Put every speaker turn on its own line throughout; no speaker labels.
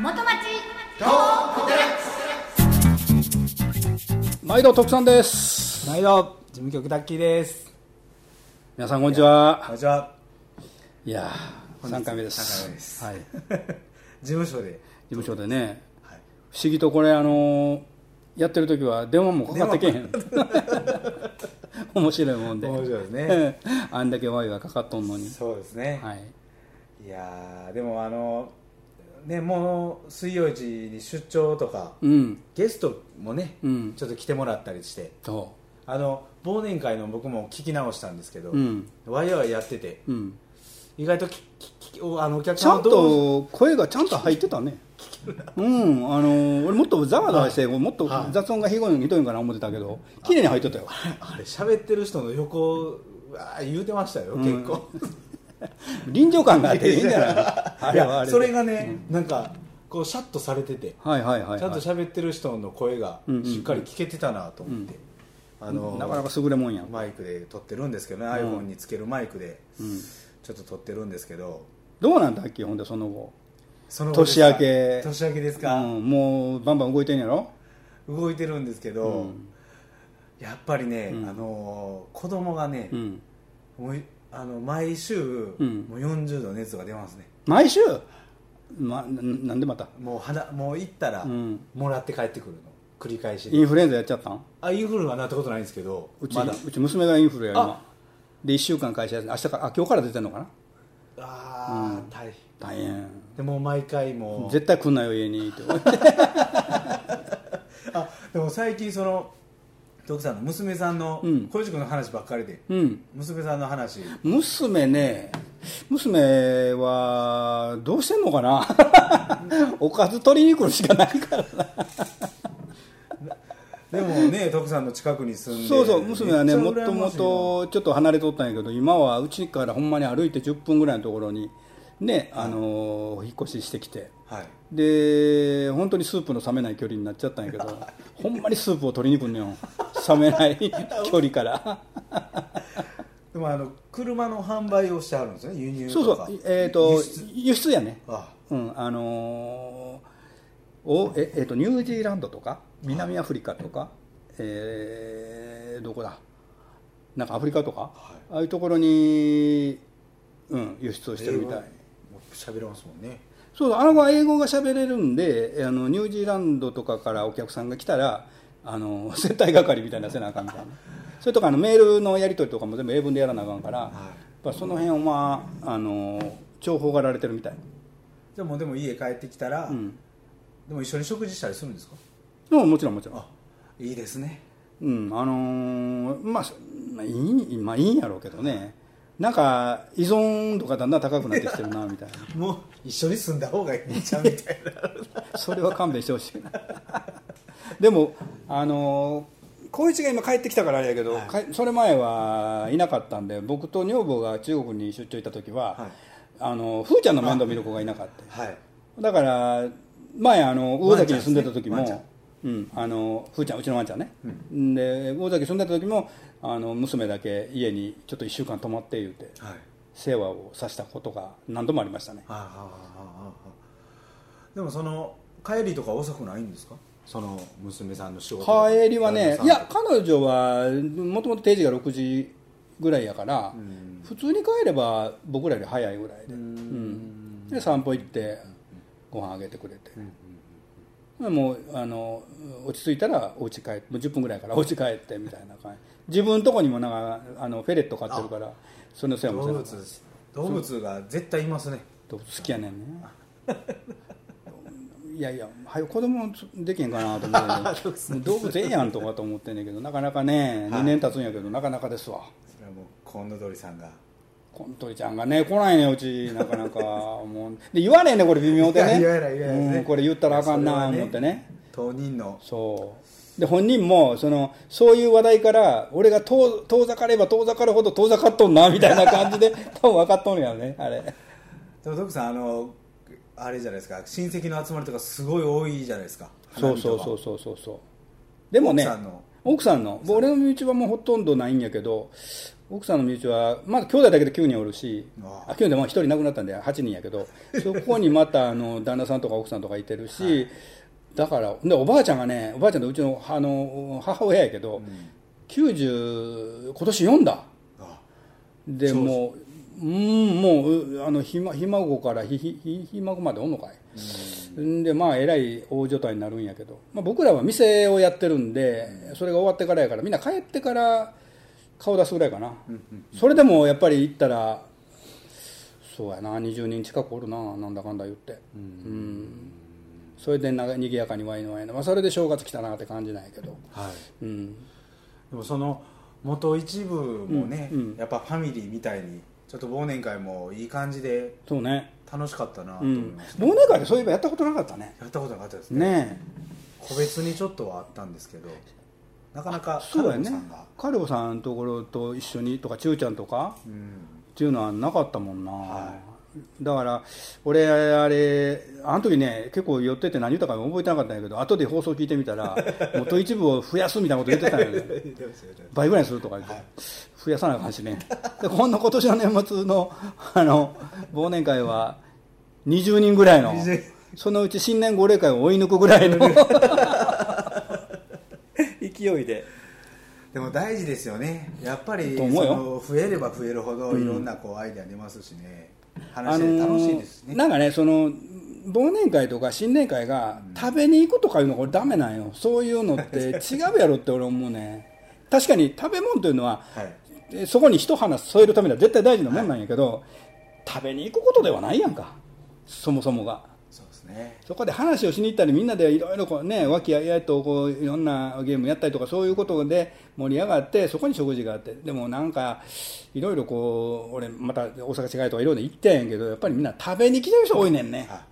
元町
毎度徳さんです
毎度事務局ダッキーです
皆さんこんにちは
こんにちはい
やー
本日
3回目です
三回目です
はい、
事務所で
事務所でね
はい
不思議とこれあのーやってる時は電話もかかってけへ ん面白いもんで
面白いですね
あんだけワイワイかかっとんのに
そうですね、
はい
い、やーでもあのねもう水曜日に出張とか
うん
ゲストもね、
うん
ちょっと来てもらったりして
そ
あの忘年会の僕も聞き直したんですけど、
うん
ワイワイやってて
ううん
意外ときききおあのお客
ちゃ
さん
ん
どう
と声がちゃんと入ってたねうんあのー俺もっとざわざわしてもっと
はい
雑音がひどいのひどいんかな思ってたけど綺麗に入ってたよ
あれ喋ってる人の横あ言うてましたよ、結構
臨場感があっていいんじゃないあ
い
れはあ
や
れで
それがね、なんかこうシャッとされてて
はいはいはい、はい、
ちゃんと喋ってる人の声がしっかり聞けてたなと思って、あの
なかなか優れもんやん
マイクで撮ってるんですけどね、
ん
iPhone につけるマイクでちょっと撮ってるんですけど、
どうなんだっけほんでその後
その後ですか
年明け
年明けです
う
か、
ん、もうバンバン動いてんやろ
動いてるんですけど、
うん
やっぱりね、
うん
あの子供がね
う、ん
もうあの毎週、
うん
もう40度熱が出ますね
毎週まななんでまた
もう肌もう行ったら、
うん
もらって帰ってくるの繰り返し
イ
で
ンフルエンザやっちゃったん
あインフルはなったことないんですけど
うち,、
まだ
うち娘がインフルや今
あ
で1週間会社休み明日からあ今日から出てんのかな
ああ、大変
大変
でもう毎回もう
絶対来んなよ家にって
あでも最近その徳さんの娘さんの
うん
小路君の話ばっかりで、
うん
娘さんの話
娘ね娘はどうしてんのかな おかず取りに来るしかないからな
でも ね徳さんの近くに住んで
そうそう娘はね
め
も
っ
っ
ちゃ
と
羨
も
まし
と
いよ
ちょっと離れとったんやけど今はうちからほんまに歩いて10分ぐらいのところにねあのー引っ越ししてきて
はい
で本当にスープの冷めない距離になっちゃったんやけど ほんまにスープを取りに来んのよ冷めない距離 から
でもあの車の販売をしてはるんですよね輸入
そうそ
とか
うえっ、と
輸出
輸出やね
あ
うんあのーおええー、とニュージーランドとか南アフリカとか、えーどこだなんかアフリカとか、
い
ああいうところに、うん、輸出をしてるみたい
英語もう喋れますもんね
そうだあの子は英語が喋れるんであのニュージーランドとかからお客さんが来たらあの 接待係みたいなのせなあかんみたい なそれとかあのメールのやり取りとかも全部英文でやらなあかんから、やっぱその辺は、まあ、あの重宝がられてるみたい。
じゃあもうでも家帰ってきたら、
うん
でも一緒に食事したりするんですか
うん、もちろんもちろん
あいいですね
うんあのーまあそまあいいまあいいんやろうけどねなんか依存度がだんだん高くなってきてるなみたい
もう一緒に住んだ方がいいんちゃうみたいな
なそれ は勘弁してほしいな でもあのー光一が今帰ってきたからあれやけど、かそれ前はいなかったんで僕と女房が中国に出張行った時は、
はい
あのふーちゃんの面倒見る子がいなかった
はい
だから前あの魚崎に住んでた時
ワンちゃん
も、うん、あのふーちゃんうちのワンちゃんね、で魚崎住んでた時もあの娘だけ家にちょっと1週間泊まって言うて
はい
世話をさしたことが何度もありましたね
はあはあはあはあでもその帰りとか遅くないんですかその娘さんの仕事が
帰りはね
旦那さん
いや彼女はもともと定時が6時ぐらいやから、普通に帰れば僕らより早いぐらいで,、うんで散歩行ってご飯あげてくれて、もうあの落ち着いたらお家帰ってもう10分ぐらいからお家帰ってみたいな感じ自分のとこにもなんかあのフェレット飼ってるからその世話も
動物
な
です動物が絶対いますね
動物好きやねんねいやいや早く子供できへんかなと 思って動物ええやんとかと思ってんねんけどなかなかね2年経つんやけどなかなかですわ
それはもうコウノドリさんが
コントリちゃんがね来ないねうちなかなかもうで言わねえねこれ微妙でね
いや言わない言わないですね
うんこれ言ったらあかんなと思って
いや
ね
当人の
そうで本人もそのそういう話題から俺が遠遠ざかれば遠ざかるほど遠ざかっとんなみたいな感じで多分分かっとんやろねあれ
でも徳さんあのあれじゃないですか親戚の集まりとかすごい多いじゃないですか
そうそう
花火
そ
と
う
か
そうそうそうでもね
奥さんの
奥さんの俺の身内はもうほとんどないんやけど奥さんの身内はまだ兄弟だけで9人おるし
あ
あ9人でまあ1人亡くなったんで8人やけ どそこにまたあの旦那さんとか奥さんとかいてるし、だからでおばあちゃんがねおばあちゃんとうちのあの母親やけど、90今年4だ
あ
で
そう
もううんもううあのひまひ孫からひひひひ孫までおんのかいんでまあえらい大所帯になるんやけど、まあ、僕らは店をやってるんでそれが終わってからやからみんな帰ってから顔出すぐらいかな、それでもやっぱり行ったらそうやな20人近くおるななんだかんだ言ってうん、それでながにぎやかにワイのワイの、まあ、それで正月来たなって感じなんやけど
は
う
い
ん
でもその元一部もね、
うんうん
やっぱファミリーみたいにちょっと忘年会もいい感じで
そうね
楽しかったなと
う
思い
ん
ました、
忘年会でそういえばやったことなかったね
やったことなかったですね
ねえ
個別にちょっとはあったんですけどなかなか
そうや
カルボ
ね
さんが、
カルボさんのところと一緒にとかちゅうちゃんとか
うん、
っていうのはなかったもんな、
は
だから俺あれあの時ね結構寄ってて何言ったか覚えてなかったんやけど後で放送聞いてみた ら元一部を増やすみたいなこと言ってたんやね倍ぐらいにするとか言って、増やさないかもしれんで今度今年の年末のあの忘年会は20人ぐらいの
20
そのうち新年号令会を追い抜くぐらいの 勢いで
でも大事ですよねやっぱり
と
そ
思うよ
の増えれば増えるほどいろんなこうアイデア出ますしね、話
あ
して
の
て
ー
楽しいですしね、
なんかねその忘年会とか新年会が食べに行くとかいうのこれダメなんよそういうのって違うやろって俺思うね確かに食べ物というのは
はい
えそこに一花添えるためには絶対大事なもんなんやけど、食べに行くことではないやんかそもそもが
そうですね
そこで話をしに行ったりみんなでいろいろこうね和気あいあいとこういろんなゲームやったりとかそういうことで盛り上がってそこに食事があってでもなんかいろいろこう俺また大阪市街とかいろいろ行ってんやけどやっぱりみんな食べに来てる人多いねんね
あ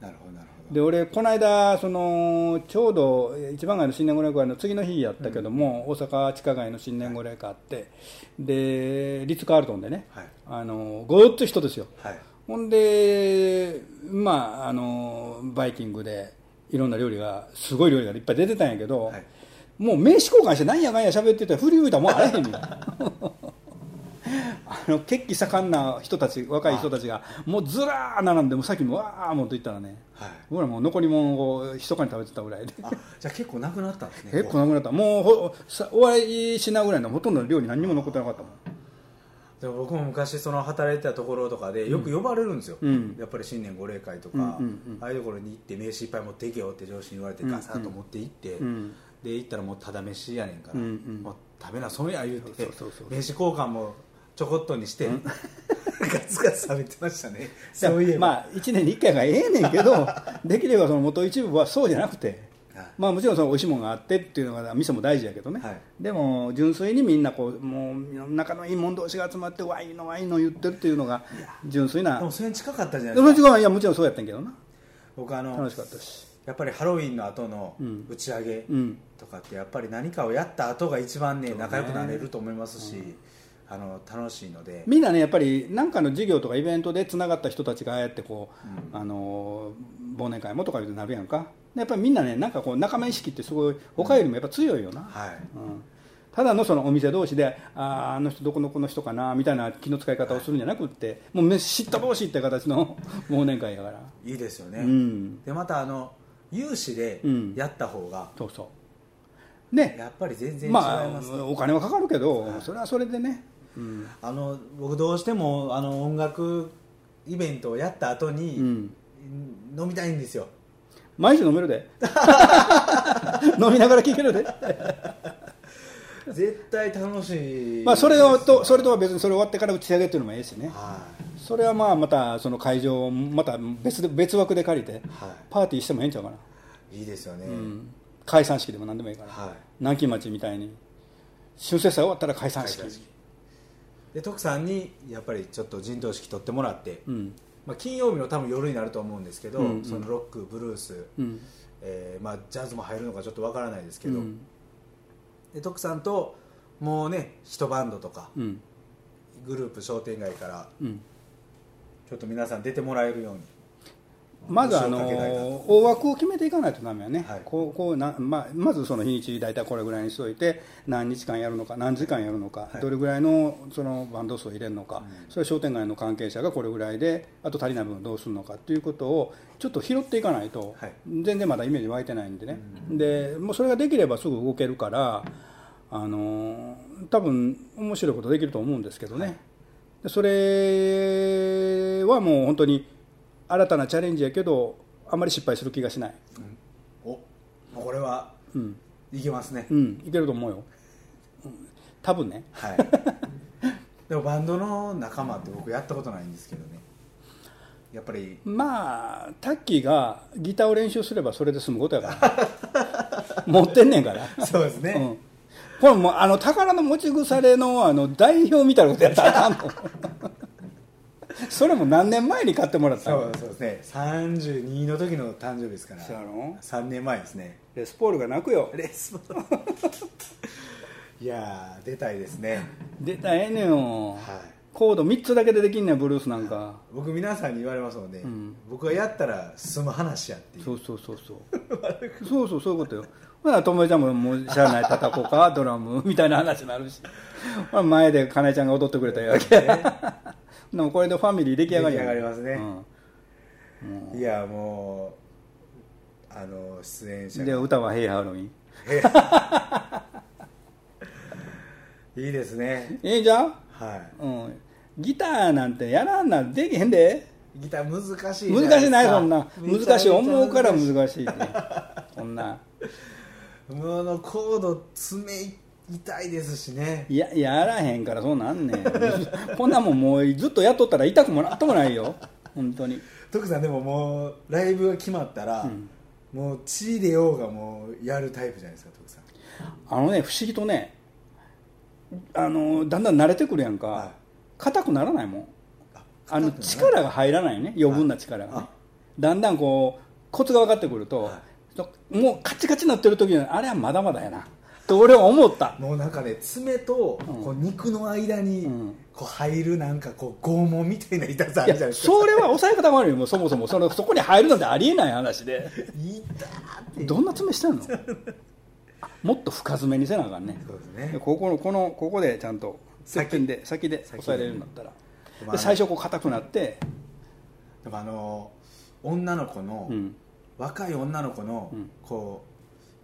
なるほどなるほど
で俺この間そのちょうどえー一番街の新年御礼会の次の日やったけども、大阪地下街の新年御礼会あってでリッツ・カールトンでね、
はい
あのごっつ人ですよ
はい
ほんで、まあ、あのバイキングでいろんな料理がすごい料理がいっぱい出てたんやけど、
はい
もう名刺交換してなんやかんや喋ってて振り向いたらもうあれへんよ あの血気盛んな人たち若い人たちがもうずらー並んでもうさっきもわーもっと言ったらね
はい
僕らもう残り物をひそかに食べてたぐらいで
あじゃあ結構なくなったんです ね
結構なくなったもうほさ終わりしないぐらいのほとんどの料理何にも残ってなかったもん
でも僕も昔その働いてたところとかでよく呼ばれるんですよ、
うん
やっぱり新年御礼会とか、
うんうん
ああいうところに行って名刺いっぱい持っていけよって上司に言われてガサッと持って行って、
ん
で行ったらもうただ飯やねんから、
うんうん
もう食べなそめや言うて
そうそうそうそう
名刺交換もちょこっとにして、 ガツガツ食べてましたね
だ
そういえば、
まあ、1年に1回がええねんけ どできればその元一部はそうじゃなくて、
はい
まあ、もちろんその美味しいものがあってっていうのが店も大事やけどね、
はい
でも純粋にみんなこうもう仲のいい者同士が集まってワインのワインの言ってるっていうのが純粋な
でもそれに近かったじゃない
でも
です
ち
か
ろんいやもちろんそうやったんやけどな
僕あの
楽しかったし
やっぱりハロウィンの後の
うん
打ち上げ
うん
とかってやっぱり何かをやった後が一番ね仲良くなれると思いますし、あの楽しいので
みんなねやっぱり何かの事業とかイベントでつながった人たちがああやってこう、あの忘年会もとかいうになるやんかでやっぱりみんなねなんかこう仲間意識ってすごい他よりもやっぱ強いよな、
はい
うんただのそのお店同士であーあの人どこのこの人かなみたいな気の使い方をするんじゃなくってもうめ知った帽子って形の 忘年会やから
いいですよね、
うん
でまたあの有志で
うん
やった方が
そうそうね
やっぱり全然違い
まあ
ますね、
お金はかかるけどそれはそれでね、うん
あ、の僕どうしてもあの音楽イベントをやった後に、
うん
飲みたいんですよ
毎週飲めるで 飲みながら聞けるで
絶対楽しい
まあそれをとそれとは別にそれ終わってから打ち上げっていうのもええしね
はい
それはまあまたその会場をまた別で別枠で借りて
は
パーティーしてもええんちゃうかな、
いいいですよね、
うん、解散式でも何でもいいから
はい
南京町みたいに春節祭終わったら解散式
解散式で徳さんにやっぱりちょっと陣頭指揮取ってもらって、
うん
まあ、金曜日の多分夜になると思うんですけど、
うんうん
そのロックブルース、
うん
えーまあ、ジャズも入るのかちょっとわからないですけ
う
ど、
ん
で徳さんともうね一バンドとか
うん
グループ商店街から
うん
ちょっと皆さん出てもらえるように
まずあ
腰をかけないな
の大枠を決めていかないとダメやね、
はい
こうこうなまあ、まずその日にち大体これぐらいにしといて何日間やるのか何時間やるのか、どれぐらいのそのバンド数を入れるのか、それは商店街の関係者がこれぐらいであと足りない部分どうするのかということをちょっと拾っていかないと、
はい
全然まだイメージ湧いてないんでね、でもうそれができればすぐ動けるからあの多分面白いことできると思うんですけどね、でそれはもう本当に新たなチャレンジやけどあんまり失敗する気がしない、
おこれは、
うん
いけますね、
うん、いけると思うよ、うん多分ね
はいでもバンドの仲間って僕やったことないんですけどねやっぱり
まあタッキーがギターを練習すればそれで済むことやから持ってんねんから
そうですね
うん、これもうあの宝の持ち腐れのあの代表みたいなことやったらあかんの それも何年前に買ってもらった
そ
の
うそうですね32の時の誕生日ですから
そうやろ
3年前ですね
レスポールが泣くよ
レスポいやー出たいですね
出たらええねんよ、
はい
コード3つだけでできんねんブルースなんか
僕皆さんに言われますもんね、
ん
僕がやったら済む話やっていう
そうそうそうそうそうそうそういうことよほな友枝ちゃんももうしゃあない叩こうかドラムみたいな話になるしほな前でかなえちゃんが踊ってくれたわけや でもこれでファミリー出来上がりやん
出来上がりますね
うん
いやもうあの出演者
で
が
歌は「ヘイハロウィン」
いいですね
ええじゃん
は
うん、ギターなんてやらんなんできへんで
いギター難しいじゃ
難しいない
ですか
そんな
めちゃめちゃ
難しい思うから難しいってそんな
もうあのコード爪痛いですしね
いややらへんからそうなんねんこんなもんもうずっとやっとったら痛くもなっともないよ本当に
徳さんでももうライブが決まったら、もう血出ようがもうやるタイプじゃないですか徳さん
あのね不思議とねあのだんだん慣れてくるやん
はい
か硬、くならないもんあの
硬くならない
力が入らないね余分な力が、ね
あ、
だんだんこうコツが分かってくると、
は
もうカチカチなってる時にあれはまだまだやなと俺は思った
もうなんかね爪とこう肉の間に
うん
こう入るなんかこう拷問みたいな痛さあ
い
るじ
や
ゃないですか
それは抑え方悪いよもうそもそもそのそこに入るなんてありえない話で
痛ーっていう
どんな爪してんのあもっと深爪にせなあかんね
そうですね
ここのこのここでちゃんと
先
先で先で
先で
抑えれるんだったら
まあ
で最初こう硬くなって
でもあの女の子の、
うん
若い女の子の、
うん
こ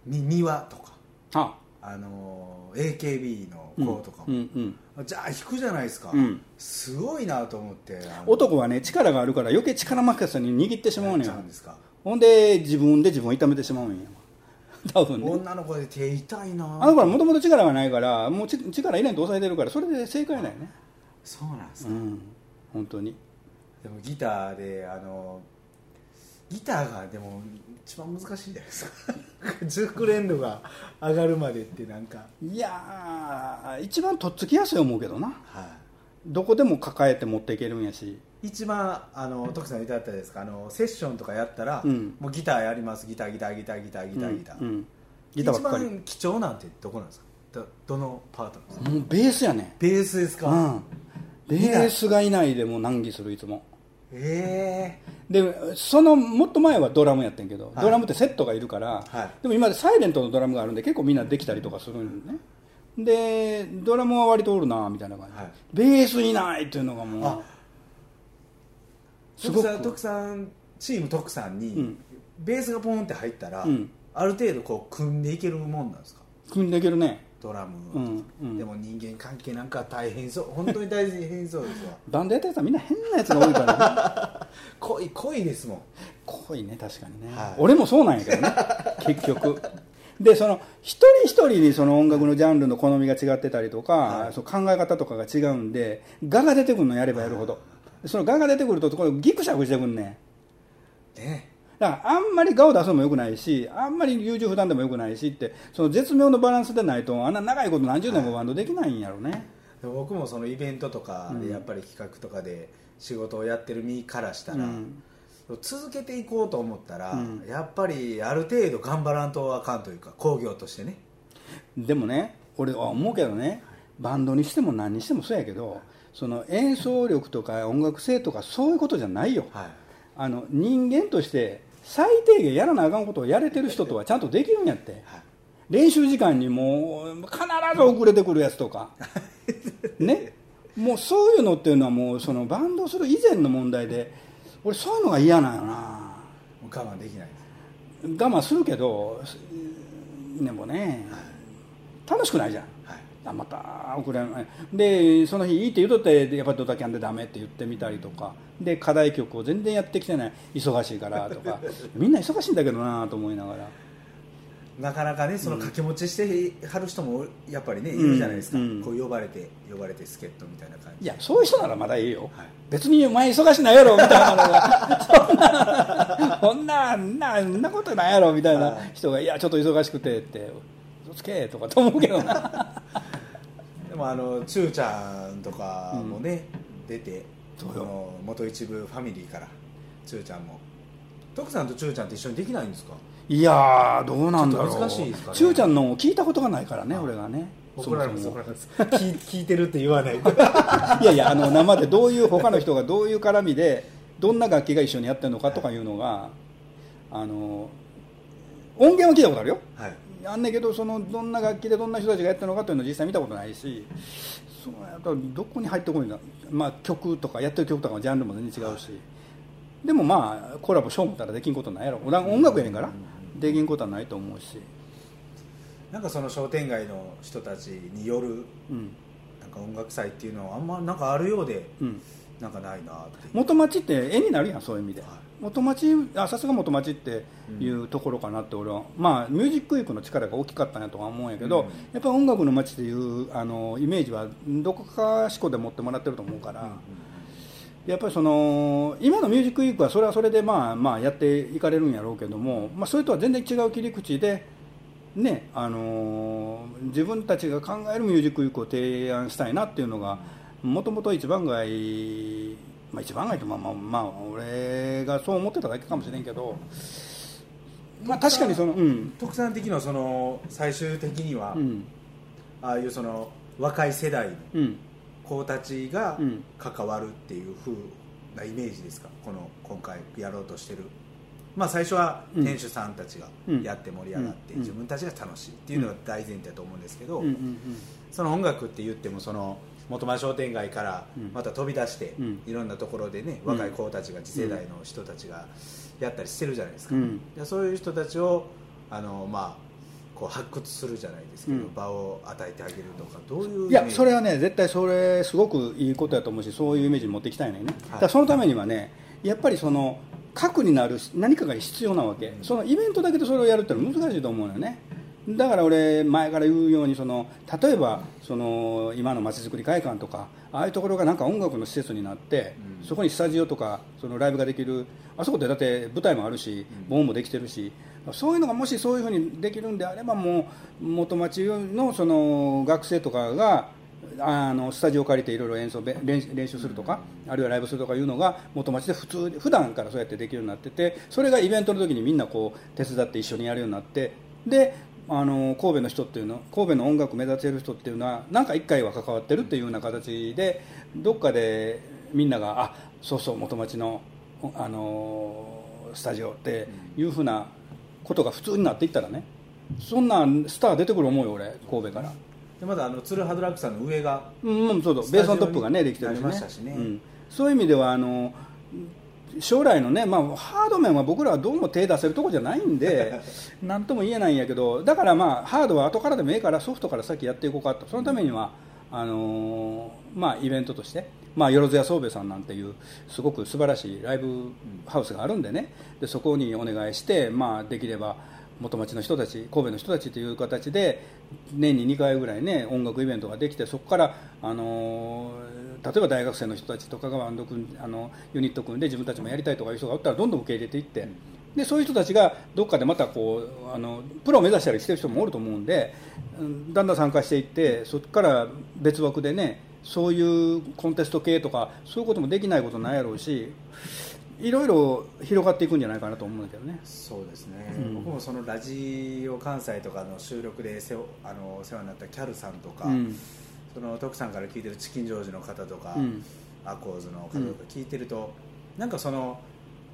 うみ庭とか
あ
あの AKB の子とか
うんう
も、
ん
じゃあ弾くじゃないですか、
うん
すごいなと思ってあの
男はね力があるから余計力負けさに握ってしまう
やっ
の
ち
よ
ゃうんですか、
ほんで自分で自分を痛めてしまうんや 多分ね
女の子で手痛いな
あの子はもともと力がないからもうち力入れんと抑えてるからそれで正解なんよね
そうなんです
う
か、
ん本当に
でもギターであのギターがでも一番難しいじゃないですか 熟練度が上がるまでってなんか
いやー一番とっつきやすい思うけどな
はい、
どこでも抱えて持っていけるんやし
一番あの徳さん言ってあったじゃないですかあのセッションとかやったら、
うん
もうギターやりますギターギターギターギターギターギター、
うんうんギターばっかり
一番貴重なんてどこなんですかどどのパートなんですか
もうベースやね
ベースです
う
か、
んベースがいないでもう難儀するいつも
ええ
でそのもっと前はドラムやってんけど、
はい
ドラムってセットがいるから、
はい
でも今でサイレントのドラムがあるんで結構みんなできたりとかするんよねでドラムは割とおるなみたいな感じ、
はい
ベースいないっていうのがもう
あ
すご
徳
く
さん徳さんチーム徳さんに、
うん
ベースがポンって入ったら、
うん
ある程度こう組んでいけるもんなんですか
組んでいけるね
ドラム、
うんうん
でも人間関係なんか大変そう本当に大変そうで すわ
バンドやってるやつはみんな変なやつが多いからね
濃い濃いですもん
濃いね確かにね、
はい
俺もそうなんやけど ね結局でその一人一人にその音楽のジャンルの好みが違ってたりとか、
はい
そう考え方とかが違うんで画が出てくるのやればやるほど、その画が出てくるとこれギクシャクしてくんねん
ね
だからあんまり画を出すのもよくないしあんまり優柔不断でもよくないしってその絶妙のバランスでないとあんな長いこと何十年もバンドできないんやろうね、
でも僕もそのイベントとかでやっぱり企画とかで仕事をやってる身からしたら、
うん
続けていこうと思ったら、
うん
やっぱりある程度頑張らんとあかんというか工業としてね
でもね俺は思うけどねバンドにしても何にしてもそうやけどその演奏力とか音楽性とかそういうことじゃないよ
はい
あの人間として最低限やらなあかんことをやれてる人とはちゃんとできるんやって
はい
練習時間にもう必ず遅れてくるやつとかねもうそういうのっていうのはもうそのバンドする以前の問題で俺そういうのが嫌なんよな
もう我慢できないです
我慢するけどすでもね楽しくないじゃん
はい
あまた遅れないでその日いいって言うとってでやっぱりドタキャンでダメって言ってみたりとかで課題曲を全然やってきてない忙しいからと かみんな忙しいんだけどなと思いながら
なかなかねその掛け持ちしてはる人もやっぱりね、いるじゃないですか、
うんうん
こう呼ばれて呼ばれて助っ人みたいな感
い
じ
やそういう人ならまだいいよ、
はい
別にお前忙しいないやろみたいなの がそんなそんなそんなそんなことないやろみたいな人がいやちょっと忙しくてって嘘つけとかと思うけどな
でもあのチューちゃんとかもね、出て
そうよ
この元一部ファミリーからチューちゃんも徳さんとチューちゃんって一緒にできないんですか
いやーどうなんだろう
ちょっと難しいですかね
ちゅうちゃんの聞いたことがないからね俺がね
怒られます
そもそも
怒られます聞い聞いてるって言わない
いやいやあの生でどういう他の人がどういう絡みでどんな楽器が一緒にやってるのかとかいうのがあの音源は聞いたことあるよ
はい
あんねんけどそのどんな楽器でどんな人たちがやってるのかというのを実際見たことないしそうやったらどこに入ってこいんだ、まあ、曲とかやってる曲とかのジャンルも全然違うし、でもまあコラボしようもったらできんことないやろおら音楽やねんからできんことはないと思うし、
なんかその商店街の人たちによる
うん
なんか音楽祭っていうのはあんまなんかあるようで
うん、
なんかないなっていう
元町って絵になるやんそういう意味で、
はい
元町あさすが元町っていうところかなって俺は、まあミュージックウィークの力が大きかったなとは思うんやけど、
うん
やっぱ音楽の街っていうあのイメージはどこかしこで持ってもらってると思うから、やっぱりその今のミュージックウィークはそれはそれでまあまあやっていかれるんやろうけども、まあ、それとは全然違う切り口で、ねあのー自分たちが考えるミュージックウィークを提案したいなっていうのがもともと一番街、まあ、一番街とまあまあ、まあ、俺がそう思ってただけかもしれんけど、まあ、確かにそのうん、
徳さん的にはその最終的には、
うん
ああいうその若い世代の
うん、
子たちが
うん
関わるっていう風なイメージですかこの今回やろうとしてるまあ最初は
うん
店主さんたちが
うん
やって盛り上がって、
うん
自分たちが楽しいっていうのが大前提だと思うんですけど、
うんうん
その音楽って言ってもその元前商店街から
うん
また飛び出して、
うん
いろんなところでね
うん
若い子たちが次世代の人たちがやったりしてるじゃないですか、
うん
でそういう人たちをあの、まあ、こう発掘するじゃないですけど、
うん
場を与えてあげるとかどういう
いやそれ
は
はね絶対それすごくいいことやと思うしそういうイメージに持っていきたいのよね、
い
だからそのためにはねやっぱりその核になる何かが必要なわけ、そのイベントだけでそれをやるってのは難しいと思うのよねだから俺前から言うようにその例えばその今のまちづくり会館とかああいうところがなんか音楽の施設になって、
うん
そこにスタジオとかそのライブができるあそこってだって舞台もあるし盆もできてるしそういうのがもしそういうふうにできるんであればもう元町のその学生とかがあのスタジオ借りていろいろ演奏べ練習練習するとかあるいはライブするとかいうのが元町で普通に普段からそうやってできるようになっててそれがイベントの時にみんなこう手伝って一緒にやるようになってであの神戸の人っていうの神戸の音楽目指せる人っていうのはなんか一回は関わってるっていうような形でどっかでみんながあそうそう元町のあのスタジオっていうふうなことが普通になっていったらねそんなんスター出てくる思うよ俺神戸から
でまだあのツルハドラッグさんの上が
うんうんそうそう
ス
ベース
タジ
オ
オ
ン
に
トップがねできてる
なりましたしね
うん、そういう意味ではあの将来のね、まあ、ハード面は僕らはどうも手出せるとこじゃないんでなんとも言えないんやけどだからまあハードは後からでもいいからソフトから先やっていこうかとそのためにはあのーまあ、イベントとして、まあ、よろずや宗兵衛さんなんていうすごく素晴らしいライブハウスがあるんでねでそこにお願いして、まあ、できれば元町の人たち神戸の人たちという形で年に2回ぐらいね音楽イベントができてそこから、あのー例えば大学生の人たちとかがバンド組んあのユニット組んで自分たちもやりたいとかいう人がおったらどんどん受け入れていって。でそういう人たちがどっかでまたこうあのプロを目指したりしてる人もおると思うんで、うんだんだん参加していってそこから別枠でねそういうコンテスト系とかそういうこともできないことないやろうしいろいろ広がっていくんじゃないかなと思うんだけどね。
そうですね、
うん
僕もそのラジオ関西とかの収録でせおあのお世話になったキャルさんとか、
うん
その徳さんから聞いてるチキンジョージの方とか、
うん
アコーズの方とか聞いてると、なんかその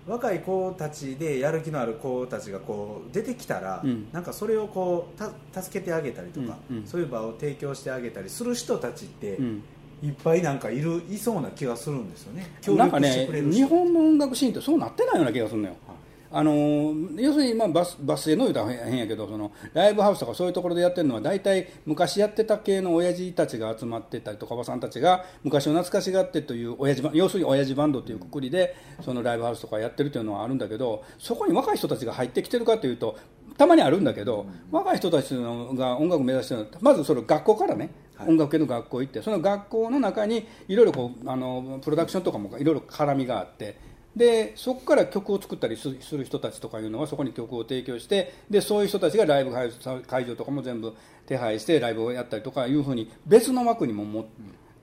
若い子たちでやる気のある子たちがこう出てきたら、
うん
なんかそれをこうた助けてあげたりとか、
うんうん
そういう場を提供してあげたりする人たちって、
うん
いっぱいなんかいるいそうな気がするんですよね
なんか
協力して
ね
くれる人
日本の音楽シーンってそうなってないような気がするのよ、
はい
あのー要するに、まあ、バスバスへの言うたら変やけどそのライブハウスとかそういうところでやってるのは大体昔やってた系の親父たちが集まってたりとかおばさんたちが昔を懐かしがってという親父バン要するに親父バンドというくくりでそのライブハウスとかやってるというのはあるんだけどそこに若い人たちが入ってきてるかというとたまにあるんだけど、若い人たちのが音楽を目指してるのはまずその学校からね、音楽系の学校行ってその学校の中にいろいろこうあのプロダクションとかもいろいろ絡みがあってでそこから曲を作ったりするする人たちとかいうのはそこに曲を提供してでそういう人たちがライブ会場会場とかも全部手配してライブをやったりとかいうふうに別の枠にもも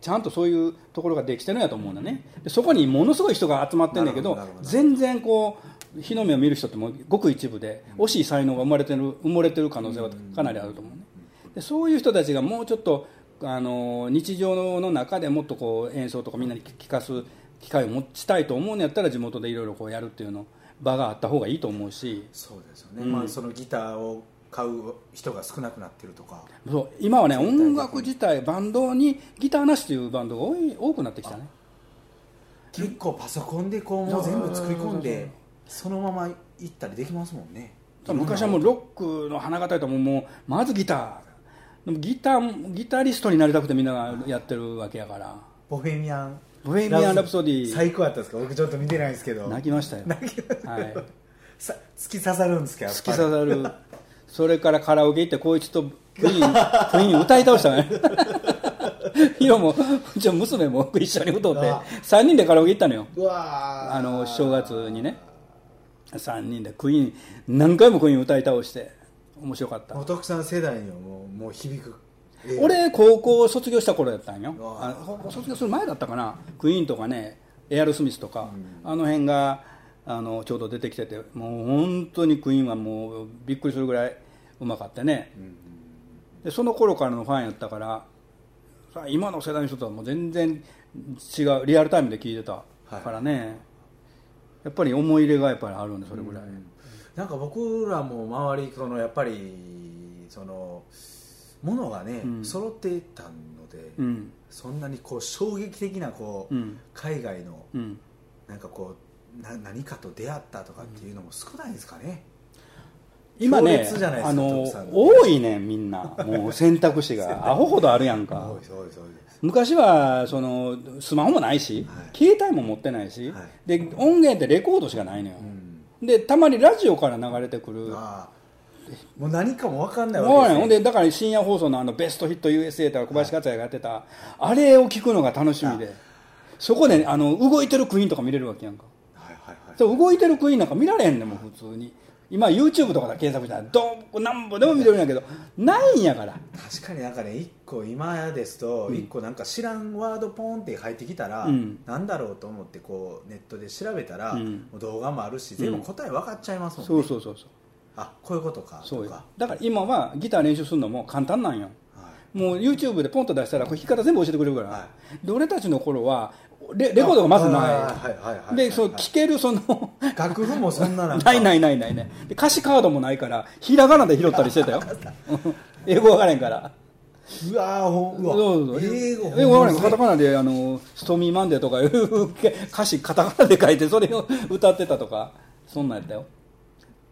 ちゃんとそういうところができてるんやと思うんだねでそこにものすごい人が集まってるんだけど
なるほどなるほど
全然こう日の目を見る人ってもうごく一部で惜しい才能が生まれてる埋もれてる可能性はかなりあると思うねでそういう人たちがもうちょっとあの日常の中でもっとこう演奏とかみんなに聞かす機会を持ちたいと思うんやったら地元でいろいろこうやるっていうの場があった方がいいと思うし
そうですよね、
うん
まあ、そのギターを買う人が少なくなってるとか
そう今はね
絶対的に
音楽自体バンドにギターなしというバンドが多い多くなってきたね
結構パソコンでこうもう全部作り込んでそのまま行ったりできますもんね
昔はもうロックの花形やともうもうまずギターでもギターギタリストになりたくてみんながやってるわけやから
ボヘミアン
ボヘミアンラプソディ
最高やったんですか僕ちょっと見てないんですけど
泣きましたよはい、
さ突き刺さるんですけど
突き刺さるそれからカラオケ行って光一とクイーンクイーン歌い倒した ねヒロもうちの娘も一緒に歌うて
あ
3人でカラオケ行ったのよ
うわー
あの正月にね3人でクイーン何回もクイーン歌い倒して面白かった
お徳さん世代にはもうもう響く映画
俺高校卒業した頃やったんよ
ああ
あの高校卒業する前だったかなクイーンとかねエアル・スミスとか、あの辺があのちょうど出てきててもう本当にクイーンはもうびっくりするぐらいうまかったね、でその頃からのファンやったからさあ今の世代の人とはもう全然違うリアルタイムで聞いてたからね、やっぱり思い入れがやっぱりあるんでそれぐらい、
なんか僕らも周りそのやっぱりそのものがね、
うん
揃ってたので、
うん
そんなにこう衝撃的なこう、
うん
海外の
うん
なんかこうな何かと出会ったとかっていうのも少ないんですかね、
今
強
ね
烈じゃないですか
あの
徳さんの
多いねみんなもう選択肢 がアホほどあるやん
多
か
いです多いです多いです
昔はそのスマホもないし、
はい
携帯も持ってないし、
はい
で音源ってレコードしかないのよ、
うん
でたまにラジオから流れてくる
ああもう何かも分かんない
もう
わけ
ね
です
ほん
ね
でだから深夜放送のあのベストヒット USA とか小林克也がやってた、あれを聞くのが楽しみでそこで、あの動いてるクイーンとか見れるわけやんか
はいはいはい
そう動いてるクイーンなんか見られへんねんもん普通に今 YouTube とかで検索したらどんなんぼでも見れるんやけどないんやから
確かになんかね1個今ですと1個なんか知らんワードポンって入ってきたら、
うん
なんだろうと思ってこうネットで調べたら、
うん
もう動画もあるし全部答え分かっちゃいますもんね、
そうそうそうそう
あこういうことか
そう
と
よ
か
だから今はギター練習するのも簡単なんよ
は
もう YouTube でポンと出したらこれ弾き方全部教えてくれるから、
は
で俺たちの頃はレレコードがまず
あはい
な
はいはいはい
いでその
はい
聴けるその
楽譜もそんななんか
ないないないないねで歌詞カードもないからひらがなで拾ったりしてたようん 英語わからへんから
うわーほんうわ
そうそう
英語
英語わからへんカタ
ほ
カ
ん
ナであの「ストーミーマンデー」とかいう歌詞 カタカナで書いてそれを歌ってたとかそんなんやったよ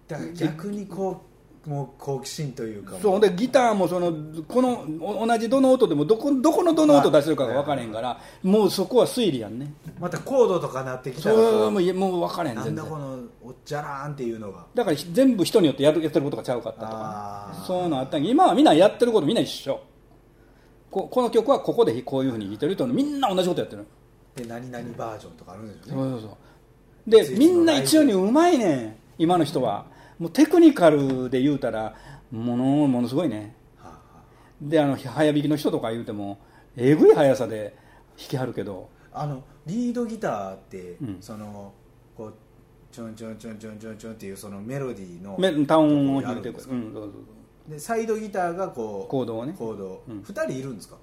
だから逆にこうもう好奇心というか
そうほんでギターもそのこのお同じどの音でもどこどこのどの音出してるかが分からへんからもうそこは推理やんね
またコードとかなってきた
そ
ら
れ
こ
は
う
もういやもう分からへん
なん
全
だ
然
このおっちゃらーんっていうのが
だから全部人によってやるやってることがちゃうかったとか
あー
そういうのあったんやけど今はみんなやってることみんな一緒ここの曲はここでこういうふうに弾いてるとみんな同じことやってる
で何々バージョンとかあるんです
そ
よ
う
ね
そうそうで
ついつい
みんな一応にうまいねん今の人はもうテクニカルで言うたらものものすごいね
はあはあ
であの早弾きの人とか言うてもえぐい速さで弾きはるけど
あのリードギターって、
うん
そのこうちょんちょんちょんちょんちょんちょんっていうそのメロディーの
め単音を弾いて
ところがある
くるうんそう
んですか
そうそう
でサイドギターがこう
コードをね
コード
うん
2人いるんですか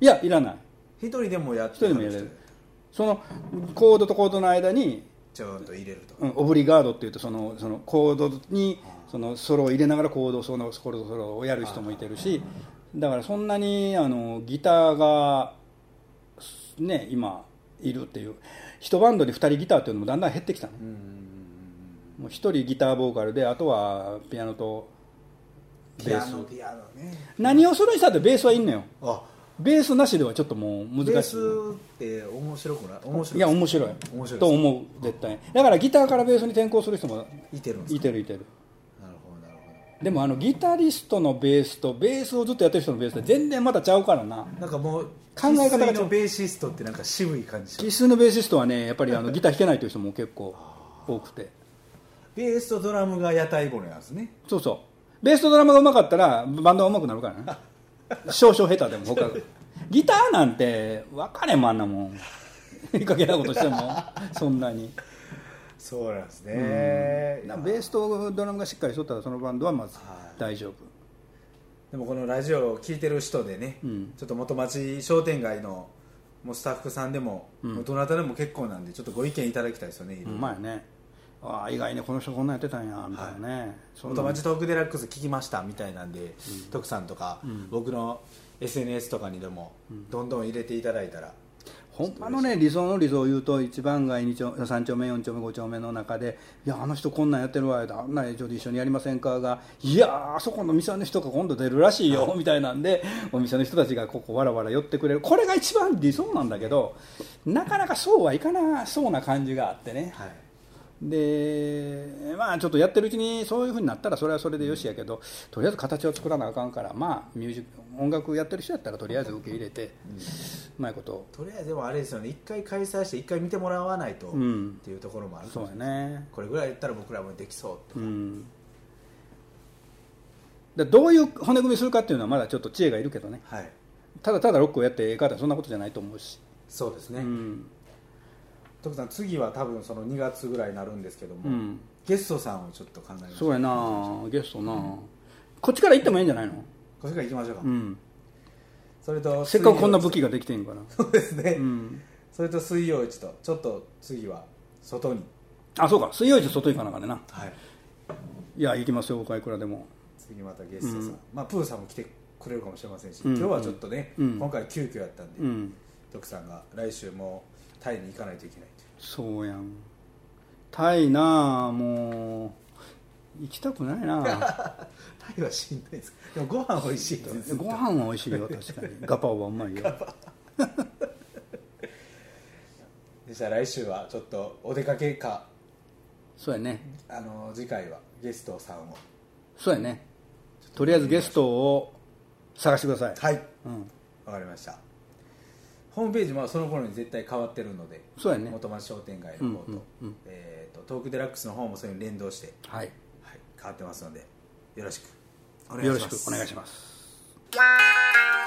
いやいらない
一人でもやって
一人でもやれるそのコードとコードの間に
ちょろんと入れると
うん、オブリガードっていうとそのそのコードにそのソロを入れながらコードそのコードソロをやる人もいてるしだからそんなにあのギターがね今いるっていう一バンドに2人ギターっていうのもだんだん減ってきたのもう1人ギターボーカルであとはピアノと
ピ
ベー
ア
ス
ノピアノね
何をするにしたってベースはいんのよ
あ
ベースなしではちょっともう
ベー
難しい
スって面白くない面白
いや面白い
面白い
と思う絶対だからギターからベースに転向する人も
いてるんです
い
か
てるいてる
なるほどなるほ
でもあのギタリストのベースとベースをずっとやってる人のベースって全然またちゃうからな
どなんかもう
考え方が違う
生粋のベーシストってなんか渋い感じします
生粋のベーシストはねやっぱりあのギター弾けないという人も結構多くて
ベースとドラムが屋台骨なんですね
そうそうベースとドラムがうまかったらバンドがうまくなるから ね少々下手でも他ギターなんて分かれんもんあんなもんいいかげなことしてもそんなに
そうなんですね
なベースとドラムがしっかりしとったらそのバンドはまず大丈夫
でもこのラジオを聞いてる人でね、
うん
ちょっと元町商店街のもうスタッフさんでも、もうどなたでも結構なんでちょっとご意見いただきたいですよね、
うまいねああ意外にこの人こんなんやってたんやみたいなね、そんな
元町トークデラックス聞きましたみたいなんで、徳さんとか、僕の SNS とかにでもどんどん入れていただいたら、
ほんまのね理想の理想を言うと一番街二丁3丁目4丁目5丁目の中で「いやあの人こんなんやってるわ」あんなんちょっと一緒にやりませんか」が「いやーあそこの店の人が今度出るらしいよ」みたいなんでお店の人たちがここわらわら寄ってくれるこれが一番理想なんだけどなかなかそうはいかなそうな感じがあってね
はい
でまあちょっとやってるうちにそういうふうになったらそれはそれでよしやけどとりあえず形を作らなあかんからまあミュージック音楽やってる人やったらとりあえず受け入れて、うまいこと
とりあえずでもあれですよね一回開催して一回見てもらわないと、
うん
っていうところもあるか
そ
も
う
しれない
やね
これぐらいやったら僕らもできそうと
うん、だからどういう骨組みするかっていうのはまだちょっと知恵がいるけどね
はい
ただただロックをやってええかってそんなことじゃないと思うし、
そうですね、
うん
徳さん次は多分その2月ぐらいになるんですけども、
うん
ゲストさんをちょっと考えまし
そう
ょう
やなゲストな、こっちから行ってもいいんじゃないの、
これから行きましょうか、
うん、
それと
せっかくこんな武
水
器ができてんから、
曜そうですね、
うん、
それと水曜市とちょっと次は外に
あそうか水曜日外行かなあかんねんな
はい
いや行きますよ僕はいくらでも
次またゲストさん、まあ、プーさんも来てくれるかもしれませんし、
うん
今日はちょっとね、
うん
今回急遽やったんで、
うん
徳さんが来週もタイに行かないといけないという
そうやんタイなあもう行きたくないな
タイはしんどいですでもご飯美味しいと
ご飯は美味しいよ確かにガパオはうまいよ
でしたら来週はちょっとお出かけか
そうやね
あの次回はゲストさんを
そうやねとりあえずゲストを探してください、
はい
うん、
わかりましたホームページもその頃に絶対変わってるので
そうやね
元町商店街の方と,、
うんうんうん
えーとトークデラックスの方もそれに連動して、
はい
はい、変わってますのでよろしくお願
よろ
いし
し
ま
く
す
お願いします